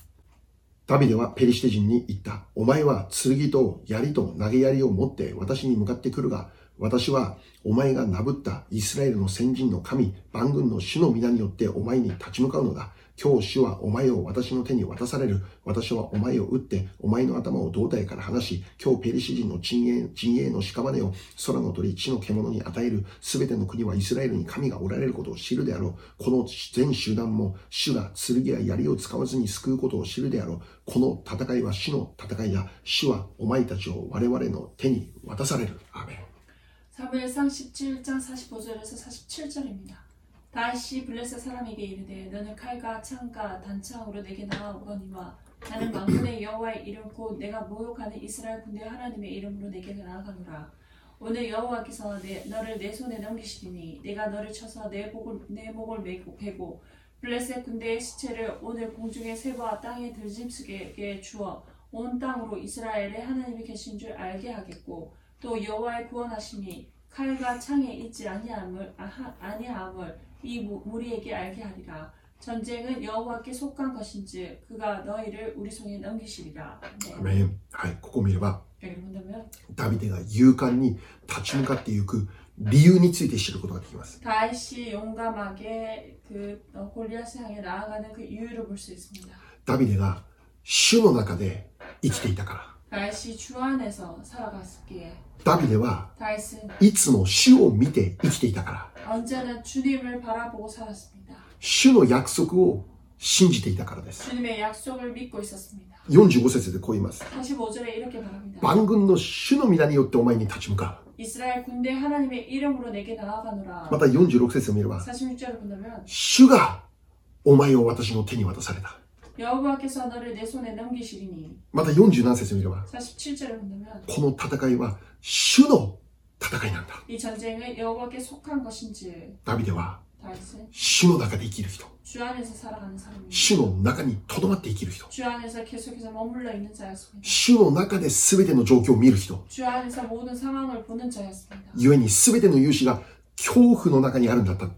A: ダビデはペリシテ人に言った。お前は剣と槍と投げ槍を持って私に向かってくるが、私はお前がなぶったイスラエルの先人の神、万軍の主の皆によってお前に立ち向かうのだ。今日主はお前を私の手に渡される。私はお前を撃って、お前の頭を胴体から離し、今日ペリシ人の陣営陣営の屍を空の鳥、地の獣に与える。すべての国はイスラエルに神がおられることを知るであろう。この全集団も主が剣や槍を使わずに救うことを知るであろう。この戦いは主の戦いだ。主はお前たちを我々の手に渡される。アーメン
B: 사무엘상 17장 45절에서 47절입니다. 다시 블레셋 사람에게 이르되 너는 칼과 창과 단창으로 내게 나아오거니와 나는 만군의 여호와의 이름 곧 내가 모욕하는 이스라엘 군대 하나님의 이름으로 내게 나아가노라. 오늘 여호와께서 내, 너를 내 손에 넘기시리니 내가 너를 쳐서 내 목을 내 목을 메고 베고 블레셋 군대의 시체를 오늘 공중의 새와 땅의 들짐승에게 주어 온 땅으로 이스라엘에 하나님이 계신 줄 알게 하겠고 또 여호와의 구원하심이 칼과 창에 있지 아니함을 아하- 아니함을 이 무- 무리에게 알게 하리라. 전쟁은 여호와께 속한 것인지 그가 너희를 우리 손에 넘기시리라. 네.
A: アーメンはい、ここを見れば、
B: 여기 본다면
A: ダビデが勇敢に立ち向かっていく理由について知ることができます。
B: 다윗이 용감하게 그 어, 골리앗을 향해 나아가는 그 이유를 볼 수 있습니다.
A: ダビデが主の中で生きていたか
B: 다윗이 주 안에서 살아갔기에
A: ら。ダビデは
B: 다윗은
A: いつも主を見て生きていたから。
B: 언제나 주님을 바라보고 살았습니다.
A: 主の約束を信じていたからです。
B: 주님의 약속을 믿고 있었습니다.
A: 45節でこう言います。
B: 45절에 이렇게 말합니다.
A: 万軍の主の皆によってお前に立ち向かう。
B: 이스라엘 군대 하나님의 이름으로 내게 나아가노라.
A: また46節を見れば、
B: 46절을 본다면
A: 主がお前を私の手に渡された。
B: 여호와께서 너를 내 손에 넘기시리니
A: また47節を見れば、
B: 47절을 본다면
A: この戦いは主の戦いなんだ。
B: 이 전쟁은 여호와께 속한 것인지
A: ダビデは
B: 다윗은
A: 主の中で生きる人。
B: 주 안에서 살아가는 사람입니다.
A: 主の中に留まって生きる人。
B: 주 안에서 계속해서 머물러 있는 자였습니다.
A: 主の中で全ての状況を見る人。
B: 주 안에서 모든 상황을 보는 자였습니다.
A: 故に全ての勇士が恐怖の中にあるんだった。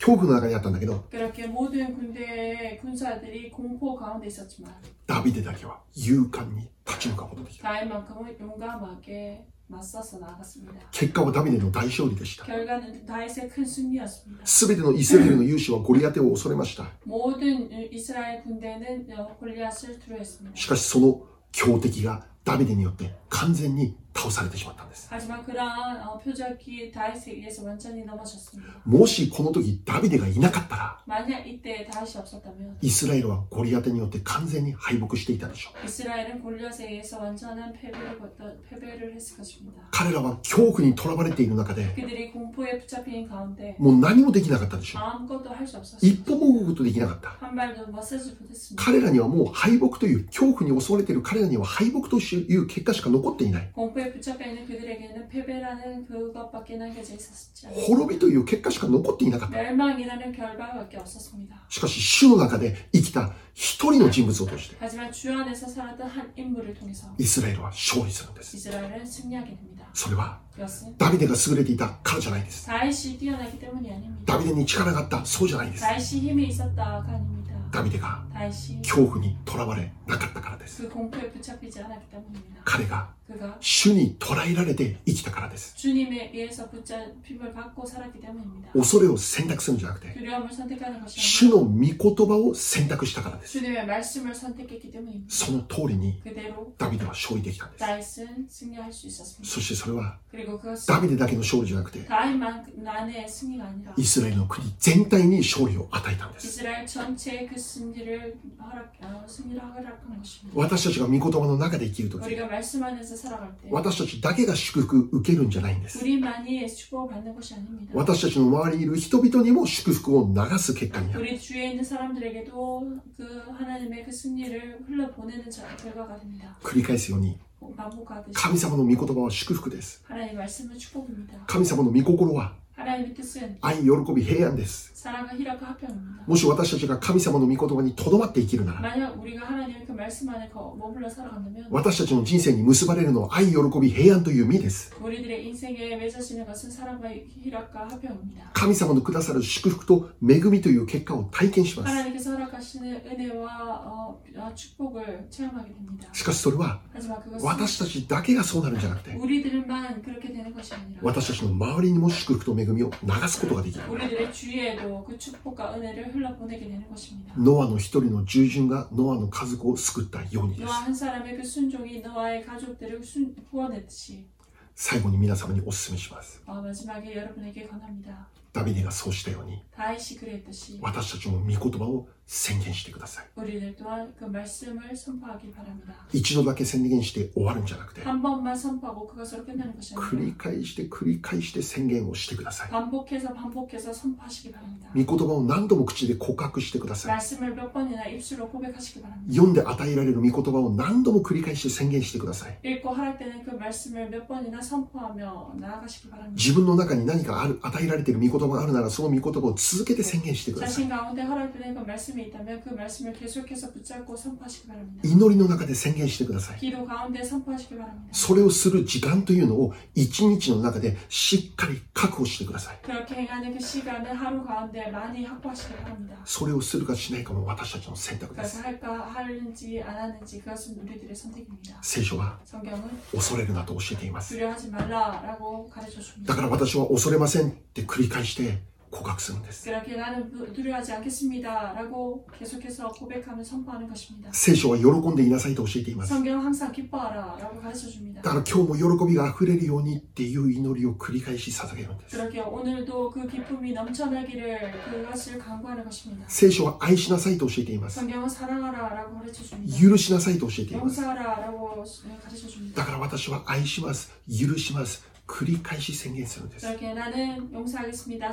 A: 恐怖の中にあったんだけど、
B: 그렇게 모든 군대의 군사들이 공포 가운데 있었지만
A: ダビデだけは勇敢に立ち向かうことができた。
B: 다윗만큼은 용감하게 맞서서 나아갔습니다.
A: 結果はダビデの大勝利でした。
B: 결과는 다윗의 큰 승리였습니다.
A: 全てのイスラエルの勇士はゴリアテを恐れました。
B: 모든 이스라엘 군대는 어, 골리앗을 두려워했습니다.
A: しかしその強敵がダビデによって完全に倒されてしまったんです。
B: 하지만 그러한 어, 표적이 다윗에 의해서 완전히 넘어졌습니다.
A: もしこの時ダビデがいなかったら、
B: 만약 이때 다윗이 없었다면
A: イスラエルはゴリアテによって完全に敗北していたでしょう。
B: 이스라엘은 골리앗에 의해서 완전한 패배를, 거둬- 패배를 했을 것입니다.
A: 彼らは恐怖にとらわれている中で、
B: 그들이 공포에 붙잡힌 가운데
A: もう何もできなかったでしょう。
B: 아무것도 할
A: 一
B: 수 없었습니다.
A: 歩も動くことできなかった。
B: 한 발도 맞서지 못했습니다.
A: 彼らにはもう敗北という恐怖に襲われている彼らには敗北という結果しか残っていない。
B: 공포에 붙잡혀 있는 그들에게는 패배라는 그것밖에 남겨져 있었지 않습니다.
A: 滅びという結果しか残っていなかった。
B: 멸망이라는 결과밖에 없었습니다.
A: しかし主の中で生きた一人の人物を通して、
B: 하지만 주 안에서 살았던 한 인물을 통해서
A: イスラエルは勝利するんです。
B: 이스라엘은 승리하게 됩니다.
A: それは
B: 이것은
A: ダビデが優れていたからじゃないです。
B: 다윗이 뛰어나기 때문이 아닙니다.
A: ダビデに力があった、そうじゃないです。
B: 다윗이 힘이 있었다가 아닙니다.
A: ダビデが
B: 다윗이
A: 恐怖にとらわれなかったからです。です
B: 그 공포에 붙잡히지 않았기 때문입니다.
A: 彼が
B: 그가
A: 主に捕らえられて生きたからです
B: 주님에 의해서 붙잡힘을 받고 살았기 때문입니다.
A: 恐れを選択するんじゃなくて
B: 두려움을 선택하는 것이
A: 主
B: 아니라
A: の御言葉を選択したからです
B: 주님의 말씀을 선택했기 때문입니다.
A: その通りに
B: 그대로
A: ダビデは勝利できたんです
B: 다윗은 승리할 수 있었습니다.
A: そしてそれは
B: 그리고 그것은
A: ダビデだけの勝利じゃなくて
B: 다윗만의 승리가 아니라
A: イスラエルの国全体に勝利を与えたんです
B: 이스라엘 전체의 그 승리를 허락, 어, 승리를 허락한 것입니다.
A: 私たちが御言葉の中で生きるとき
B: 우리가 말씀 안에서 살아갈 때
A: 私たちだけが祝福受けるんじゃないんです
B: 우리만이 축복을 받는 것이 아닙니다.
A: 私たちの周りにいる人々にも祝福を流す結果になる
B: 우리 주위에 있는 사람들에게도 그 하나님의 그 승리를 흘러보내는 자- 결과가 됩니다.
A: 繰り返すように
B: 반복하듯이
A: 神様の御言葉は祝福です
B: 하나님의 말씀은 축복입니다.
A: 神様の御心は
B: 하나님의 뜻은
A: 愛喜び平安です
B: 사랑과 희락과 합병입니다.
A: もし私たちが神様の御言葉にとどまって生きるなら
B: 만약 우리가 하나님의 그 말씀 안에 거- 머물러 살아간다면
A: 私たちの人生に結ばれるのは愛喜び平安という実です
B: 우리들의 인생에 맺어지는 것은 사랑과 희락과 합병입니다.
A: 神様のくださる祝福と恵みという結果を体験します
B: 하나님께서 허락하시는 은혜와 어, 어, 축복을 체험하게 됩니다.
A: しかしそれは
B: 하지만 그것은
A: 私たちだけがそうなるんじゃなくて
B: 우리들만 그렇게 되는 것이 아니라
A: 私たちの周りにも祝福と恵みを流すことができる
B: 우리들의 주위에도 그 축복과 은혜를 흘러보내게 되는 것입니다.
A: ノアの一人の従順がノアの家族を救ったようにで
B: 노아
A: す
B: 한 사람의 그 순종이 노아의 가족들을 순, 구원했듯이
A: 最後に皆様にお勧めします
B: 어, 마지막에 여러분에게 권합니다.
A: ダビデがそうしたように
B: 다윗이 그랬듯이
A: 私たちも御言葉を宣言してください
B: 우리들 또한 그 말씀을 선포하길 바랍니다.
A: 一度だけ宣言して終わるんじゃなくて
B: 한 번만 선포하고 그것으로 끝나는 것이
A: 繰り
B: 아니라
A: 返して繰り返して宣言をしてください
B: 반복해서 반복해서 선포하시기 바랍니다.
A: 御言葉を何度も口で告白してください
B: 말씀을 몇 번이나 입술로 고백하시기 바랍니다.
A: 読んで与えられる御言葉を何度も繰り返して宣言してください
B: 읽고 하락되는 그 말씀을 몇 번이나 선포하며 나아가시기 바랍니다.
A: 自分の中に何かある与えられている御言葉があるならその御言葉を続けて宣言してください
B: 자신 가운데 하락되는 그 말씀이 있다면 그 말씀을 계속해서 붙잡고 선포하시기 바랍니다.
A: 祈りの中で宣言してください
B: 기도 가운데 선포하시기 바랍니다.
A: それをする時間というのを一日の中でしっかり確保してください
B: 그렇게 행하는 그 시간을 하루 가운데 많이 확보하시기 바랍니다.
A: それをするかしないかも私たちの選択で
B: 그것을
A: す
B: 할까 하는지 안 하는지 그것은 우리들의 선택입니다.
A: 聖書は
B: 성경은
A: 恐れるなと教えています
B: 두려워하지 말라라고 가르쳐
A: だか
B: 줍니다.
A: ら私は恐れませんって繰り返して告白するんです
B: 그렇게 나는 부- 두려워하지 않겠습니다라고 계속해서 고백하며 선포하는 것입니다.
A: 聖書は喜んでいなさいと教えていますだ
B: 성경은 항상 기뻐하라라고 가르쳐 줍니다.
A: から今日も喜びが溢れるようにっていう祈りを繰り返し捧げるんです
B: 그렇게 오늘도 그 기쁨이 넘쳐나기를 그것을 강구하는 것입니다.
A: 聖書は愛しなさいと教えています
B: 성경은 사랑하라라고 가르쳐 줍니다.
A: 許しなさいと教えています
B: 용서하라라고 가르쳐 줍니다.
A: だから私は愛します許します繰り返し宣言するんです
B: 그렇게 나는 용서하겠습니다,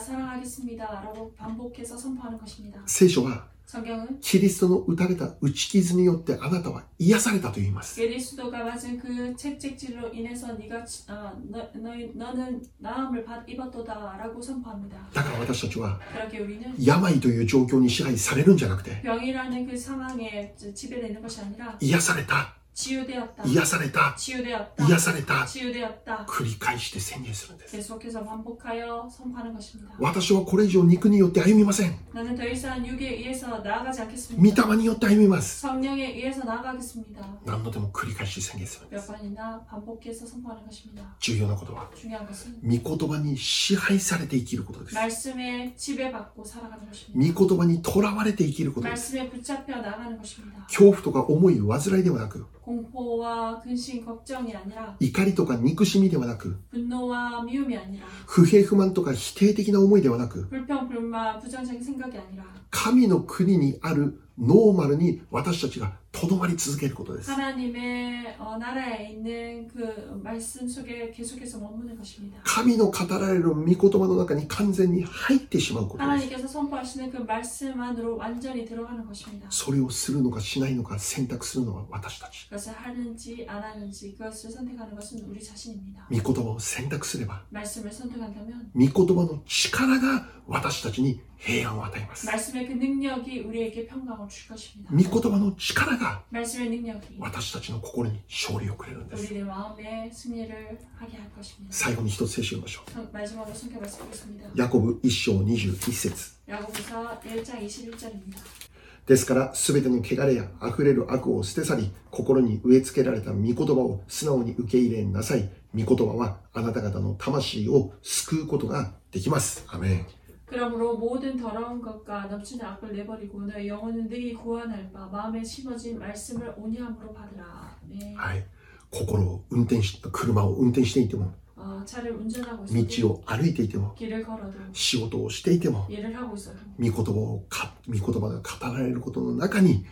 B: 사랑하겠습니다라고 반복해서 선포하는 것입니다.
A: 聖書は
B: 성경은
A: キリストの打たれた打ち傷によってあなたは癒されたと言います
B: 그리스도가 맞은 그 책찍질로 인해서 네가 치- 아, 너, 너희, 너는 나음을 받, 입었도다라고 선포합니다.
A: だから私たちは
B: 그렇게 우리는
A: 病という状況に支配されるんじゃなくて
B: 병이라는 그 상황에 지- 지배되는 것이 아니라
A: 癒された
B: 치유되었다,
A: 癒された
B: 치유되었다,
A: 癒された
B: 치유되었다.
A: 繰り返して宣言するんです
B: 계속해서 반복하여 선포하는 것입니다.
A: 私はこれ以上肉によって歩みません
B: 나는 더 이상 육에 의해서 나아가지
A: 御
B: 않겠습니다.
A: 霊によって歩みます
B: 성령에 의해서 나아가겠습니다.
A: 何度でも繰り返し宣言するんで
B: 몇
A: す
B: 번이나 반복해서 선포하는 것입니다.
A: 重要なことは
B: 중요한 것은
A: 御言葉に支配されて生きることです
B: 말씀에 지배받고 살아가는 것입니다.
A: 御言葉にとらわれて生きることです
B: 말씀에 붙잡혀 나가는 것입니다.
A: 恐怖とか思い煩いではなく
B: 공포와 근심, 걱정이 아니라
A: 怒りとか憎しみではなく
B: 분노와 미움이 아니라
A: 不平不満とか否定的な思いではなく
B: 불평, 불만, 부정적인 생각이 아니라
A: 神の国にあるノーマルに私たちがとどまり続けることです
B: 하나님의 어, 나라에 있는 그 말씀 속에 계속해서 머무는 것입니다.
A: 神の語られる御言葉の中に完全に入ってしまうことです
B: 하나님께서 선포하시는 그 말씀 안으로 완전히 들어가는 것입니다.
A: それをするのかしないのか選択するのは私たち
B: 그것을 하는지 안 하는지 그것을 선택하는 것은 우리 자신입니다.
A: 御言葉を選択すれば
B: 말씀을 선택한다면
A: 御言葉の力が私たちに平安を与えます
B: 말씀의 그 능력이 우리에게 평강을 줄 것입니다.
A: 御言葉の力が
B: 말씀의 능력이
A: 私たちの心に勝利をくれるんです
B: 우리의 마음에 승리를 하게 할 것입니다.
A: 最後に一つ聖書を読みましょう
B: 성- 마지막으로 성경 말씀 보겠습니다.
A: ヤコブ一章21節
B: 야고보서 1장 21절입니다.
A: ですから、すべての汚れや溢れる悪を捨て去り、心に植え付けられた御言葉を素直に受け入れなさい。御言葉はあなた方の魂を救うことができます。アメン。
B: 그러므로 모든 더러운 것과 넘치는 악을 내버리고 너의 영혼을 능히 구원할 바 마음에 심어진 말씀을 온유함으로 받으라. 네.
A: はい。心を運転し、車を運転していても、
B: 어, 차를 운전하고
A: 道
B: 있어도
A: を歩いていても、
B: 길을 걸어도
A: 仕事をしていても、
B: 일을 하고 있어도
A: 御言葉をか、御言葉が語られることの中に、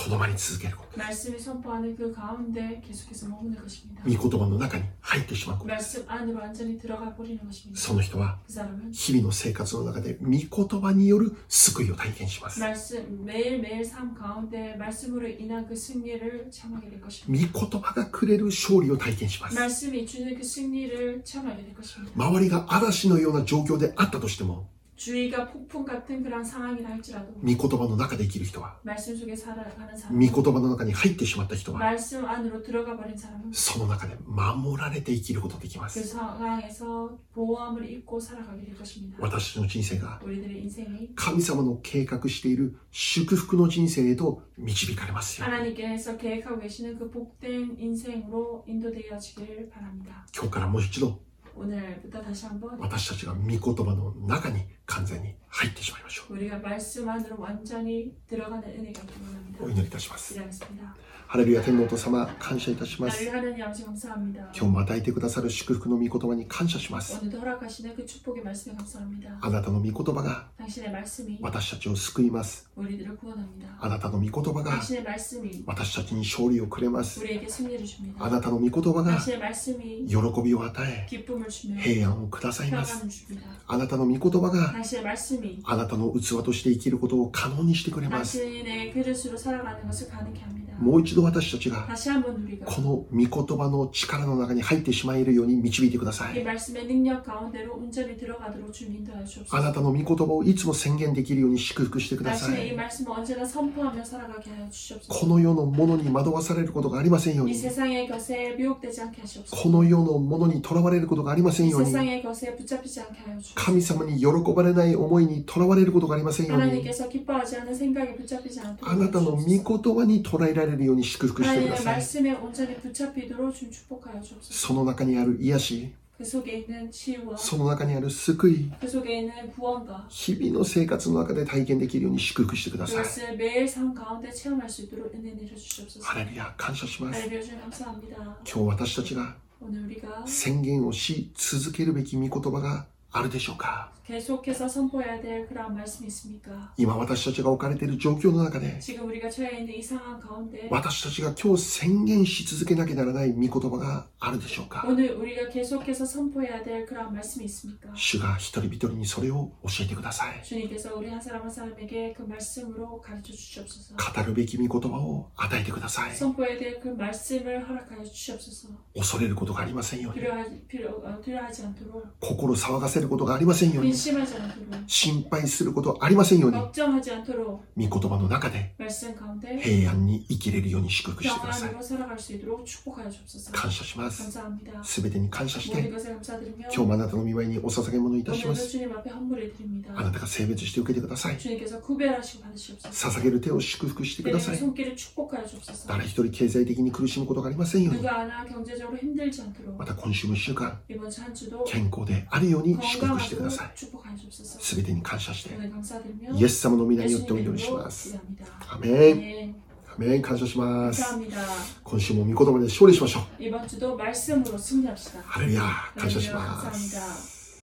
A: とどまり続けること。
B: 말씀이 선포하는 그 가운데 계속해서 머무는 것입니다.
A: 御言葉の中に入ってしまうこと。
B: 말씀 안으로 완전히 들어가 버리는 것입니다.
A: その人は、
B: 그 사람은
A: 日々の生活の中で、御言葉による救いを体験します。
B: 말씀 매일매일 삶 가운데 말씀으로 인한 그 승리를 체험하게 될 것입니다.
A: 御言葉がくれる勝利を体験します。
B: 말씀이 주는 그 승리를 체험하게 될 것입니다.
A: 周りが嵐のような状況であったとしても、
B: 주위가 폭풍 같은 그런 상황이라 할지라도
A: 御言葉の中で生きる人は、
B: 말씀 속에 살아가는
A: 御
B: 사람,
A: 言葉の中に入ってしまった人は、
B: 말씀 안으로 들어가 버린 사람은
A: その中で守られて生きることができま
B: 그
A: す。
B: 상황에서 보호함을 입고 살아가게 될 것입니다.
A: 私の人生が
B: 우리들의 인생이
A: 神様の計画している祝福の人生へと導かれますよ。
B: 하나님께서 계획하고 계시는 그 복된 인생으로 인도되어지길 바랍니다.
A: 今日からもう一度
B: 오늘부터 다시 한번
A: 私たちが御言葉の中に完全に入ってしまいましょ
B: 우리가 말씀 안으로 완전히 들어가는 은혜가 있기 바랍니다.
A: う。お祈りいたします。
B: 기도하겠습니다.
A: ハレルヤ天皇と様、感謝いたします。
B: 나를 하나님 아버지 감사합니다.
A: 今日も与えてくださる祝福の御言葉に感謝します。
B: 오늘도 허락하시는 그 축복의 말씀에 감사합니다.
A: あなたの御言葉が
B: 당신의 말씀이
A: 私たちを救います。
B: 우리들을 구원합니다.
A: あなたの御言葉が
B: 당신의 말씀이
A: 私たちに勝利をくれます。
B: 우리에게 승리를
A: あ
B: 줍니다.
A: なたの御言葉が
B: 당신의 말씀이
A: 喜びを与え、
B: 기쁨을 주며
A: 平安をくださいます
B: 평안을 。 줍니다.
A: あなたの御言葉が
B: 당신의 말씀이
A: あなたの器として生きることを可能にしてくれます。
B: 당신의 그릇으로 살아가는 것을 가능케 합니다.
A: もう一度私たちが
B: 다시 한번 우리가
A: この御言葉の力の中に入ってしまえるように導いてくださ
B: 이
A: い。
B: 말씀의 능력 가운데로 온전히 들어가도록 주님 인도하여
A: あ
B: 주옵소서.
A: なたの御言葉をいつも宣言できるように祝福してくださ
B: 당신의 이
A: い。
B: 말씀을 언제나 선포하며 살아가게 하여 주시옵소서.
A: この世のものに惑わされることがありませんよう
B: 이
A: に。
B: 세상의 것에 미혹되지 않게 하시옵소서.
A: この世のものにとらわれることがありません
B: 이
A: ように
B: 세상의 것에 붙잡히지 않게 하여 주옵소서.
A: 神様に喜ばれない思いにとらわれることがありませんように
B: 하나님께서 기뻐하지 않는 생각에 붙잡히지 않도록
A: あなたの御言葉に捉えられるように祝福してくだ
B: 하나님의
A: さい
B: 말씀에 온전히 붙잡히도록 주님 축복하여 주옵소서.
A: その中にある癒し
B: 그 속에 있는 치유와
A: その中にある救い
B: 그 속에 있는 구원과
A: 日々の生活の中で体験できるように祝福してください
B: 그것을 매일 삶 가운데 체험할 수 있도록 은혜 내려주시옵소서.
A: ハレルヤ感謝します
B: 할렐루야 주님 감사합니다.
A: 今日私たちが
B: 오늘 우리가
A: 宣言をし続けるべき御言葉があるでしょうか
B: 계속해서 선포해야 될 그런 말씀이 있습니까?
A: 今私たちが置かれている状況の中で
B: 지금 우리가 처해 있는 이 상황 가운데
A: 私たちが今日宣言し続けなきゃならない御言葉があるでしょうか
B: 오늘 우리가 계속해서 선포해야 될 그런 말씀이 있습니까?
A: 主が一人一人にそれを教えてください
B: 주님께서 우리 한 사람 한 사람에게 그 말씀으로 가르쳐 주시옵소서.
A: 語るべき御言葉を与えてください
B: 선포해야 될 그 말씀을 허락하여 주시옵소서.
A: 恐れることがありませんように
B: 두려워하지, 필요, 어, 두려워하지 않도록,
A: 心騒がせることがありませんように
B: 근심하지 않도록,
A: 心配することありませんように
B: 걱정하지 않도록
A: 御言葉の中で
B: 말씀 가운데
A: 平安に生きれるように祝
B: 그
A: 福してください
B: 평안으로 살아갈 수 있도록 축복하여 주옵소서.
A: 感謝します
B: 감사합니다.
A: 全てに感謝し
B: 모든
A: て
B: 것을 감사드리며
A: 今日もあなたの御前にお捧げ物いたしま
B: 오늘도
A: す
B: 주님 앞에 헌물을
A: あ
B: 드립니다.
A: なたが性別して受けてください
B: 주님께서 구별하시고 받으시옵소서.
A: 捧げる手を祝福してくださ
B: 내
A: い
B: 손길을 축복하여 주옵소서.
A: 誰一人経済的に苦しむことがありませんように
B: 누가 하나 경제적으로 힘들지 않도록
A: また今週も一週間
B: 이번 주 한 주도
A: 健康であるように祝福してください
B: 건강하고 축복하여 주옵소서.
A: 全てに感謝して
B: 오늘 감사드리며
A: イエス様の皆によってお
B: 예수님의
A: 祈りし
B: 이름으로
A: ます。
B: 기도합니다.
A: アメン。
B: 네,
A: アメン。感謝します。
B: 감사합니다.
A: 今週も御言葉で勝利しましょう。
B: 이번 주도 말씀으로 승리합시다.
A: ハレルヤ。感謝し
B: 하나님
A: ます。
B: 감사합니다.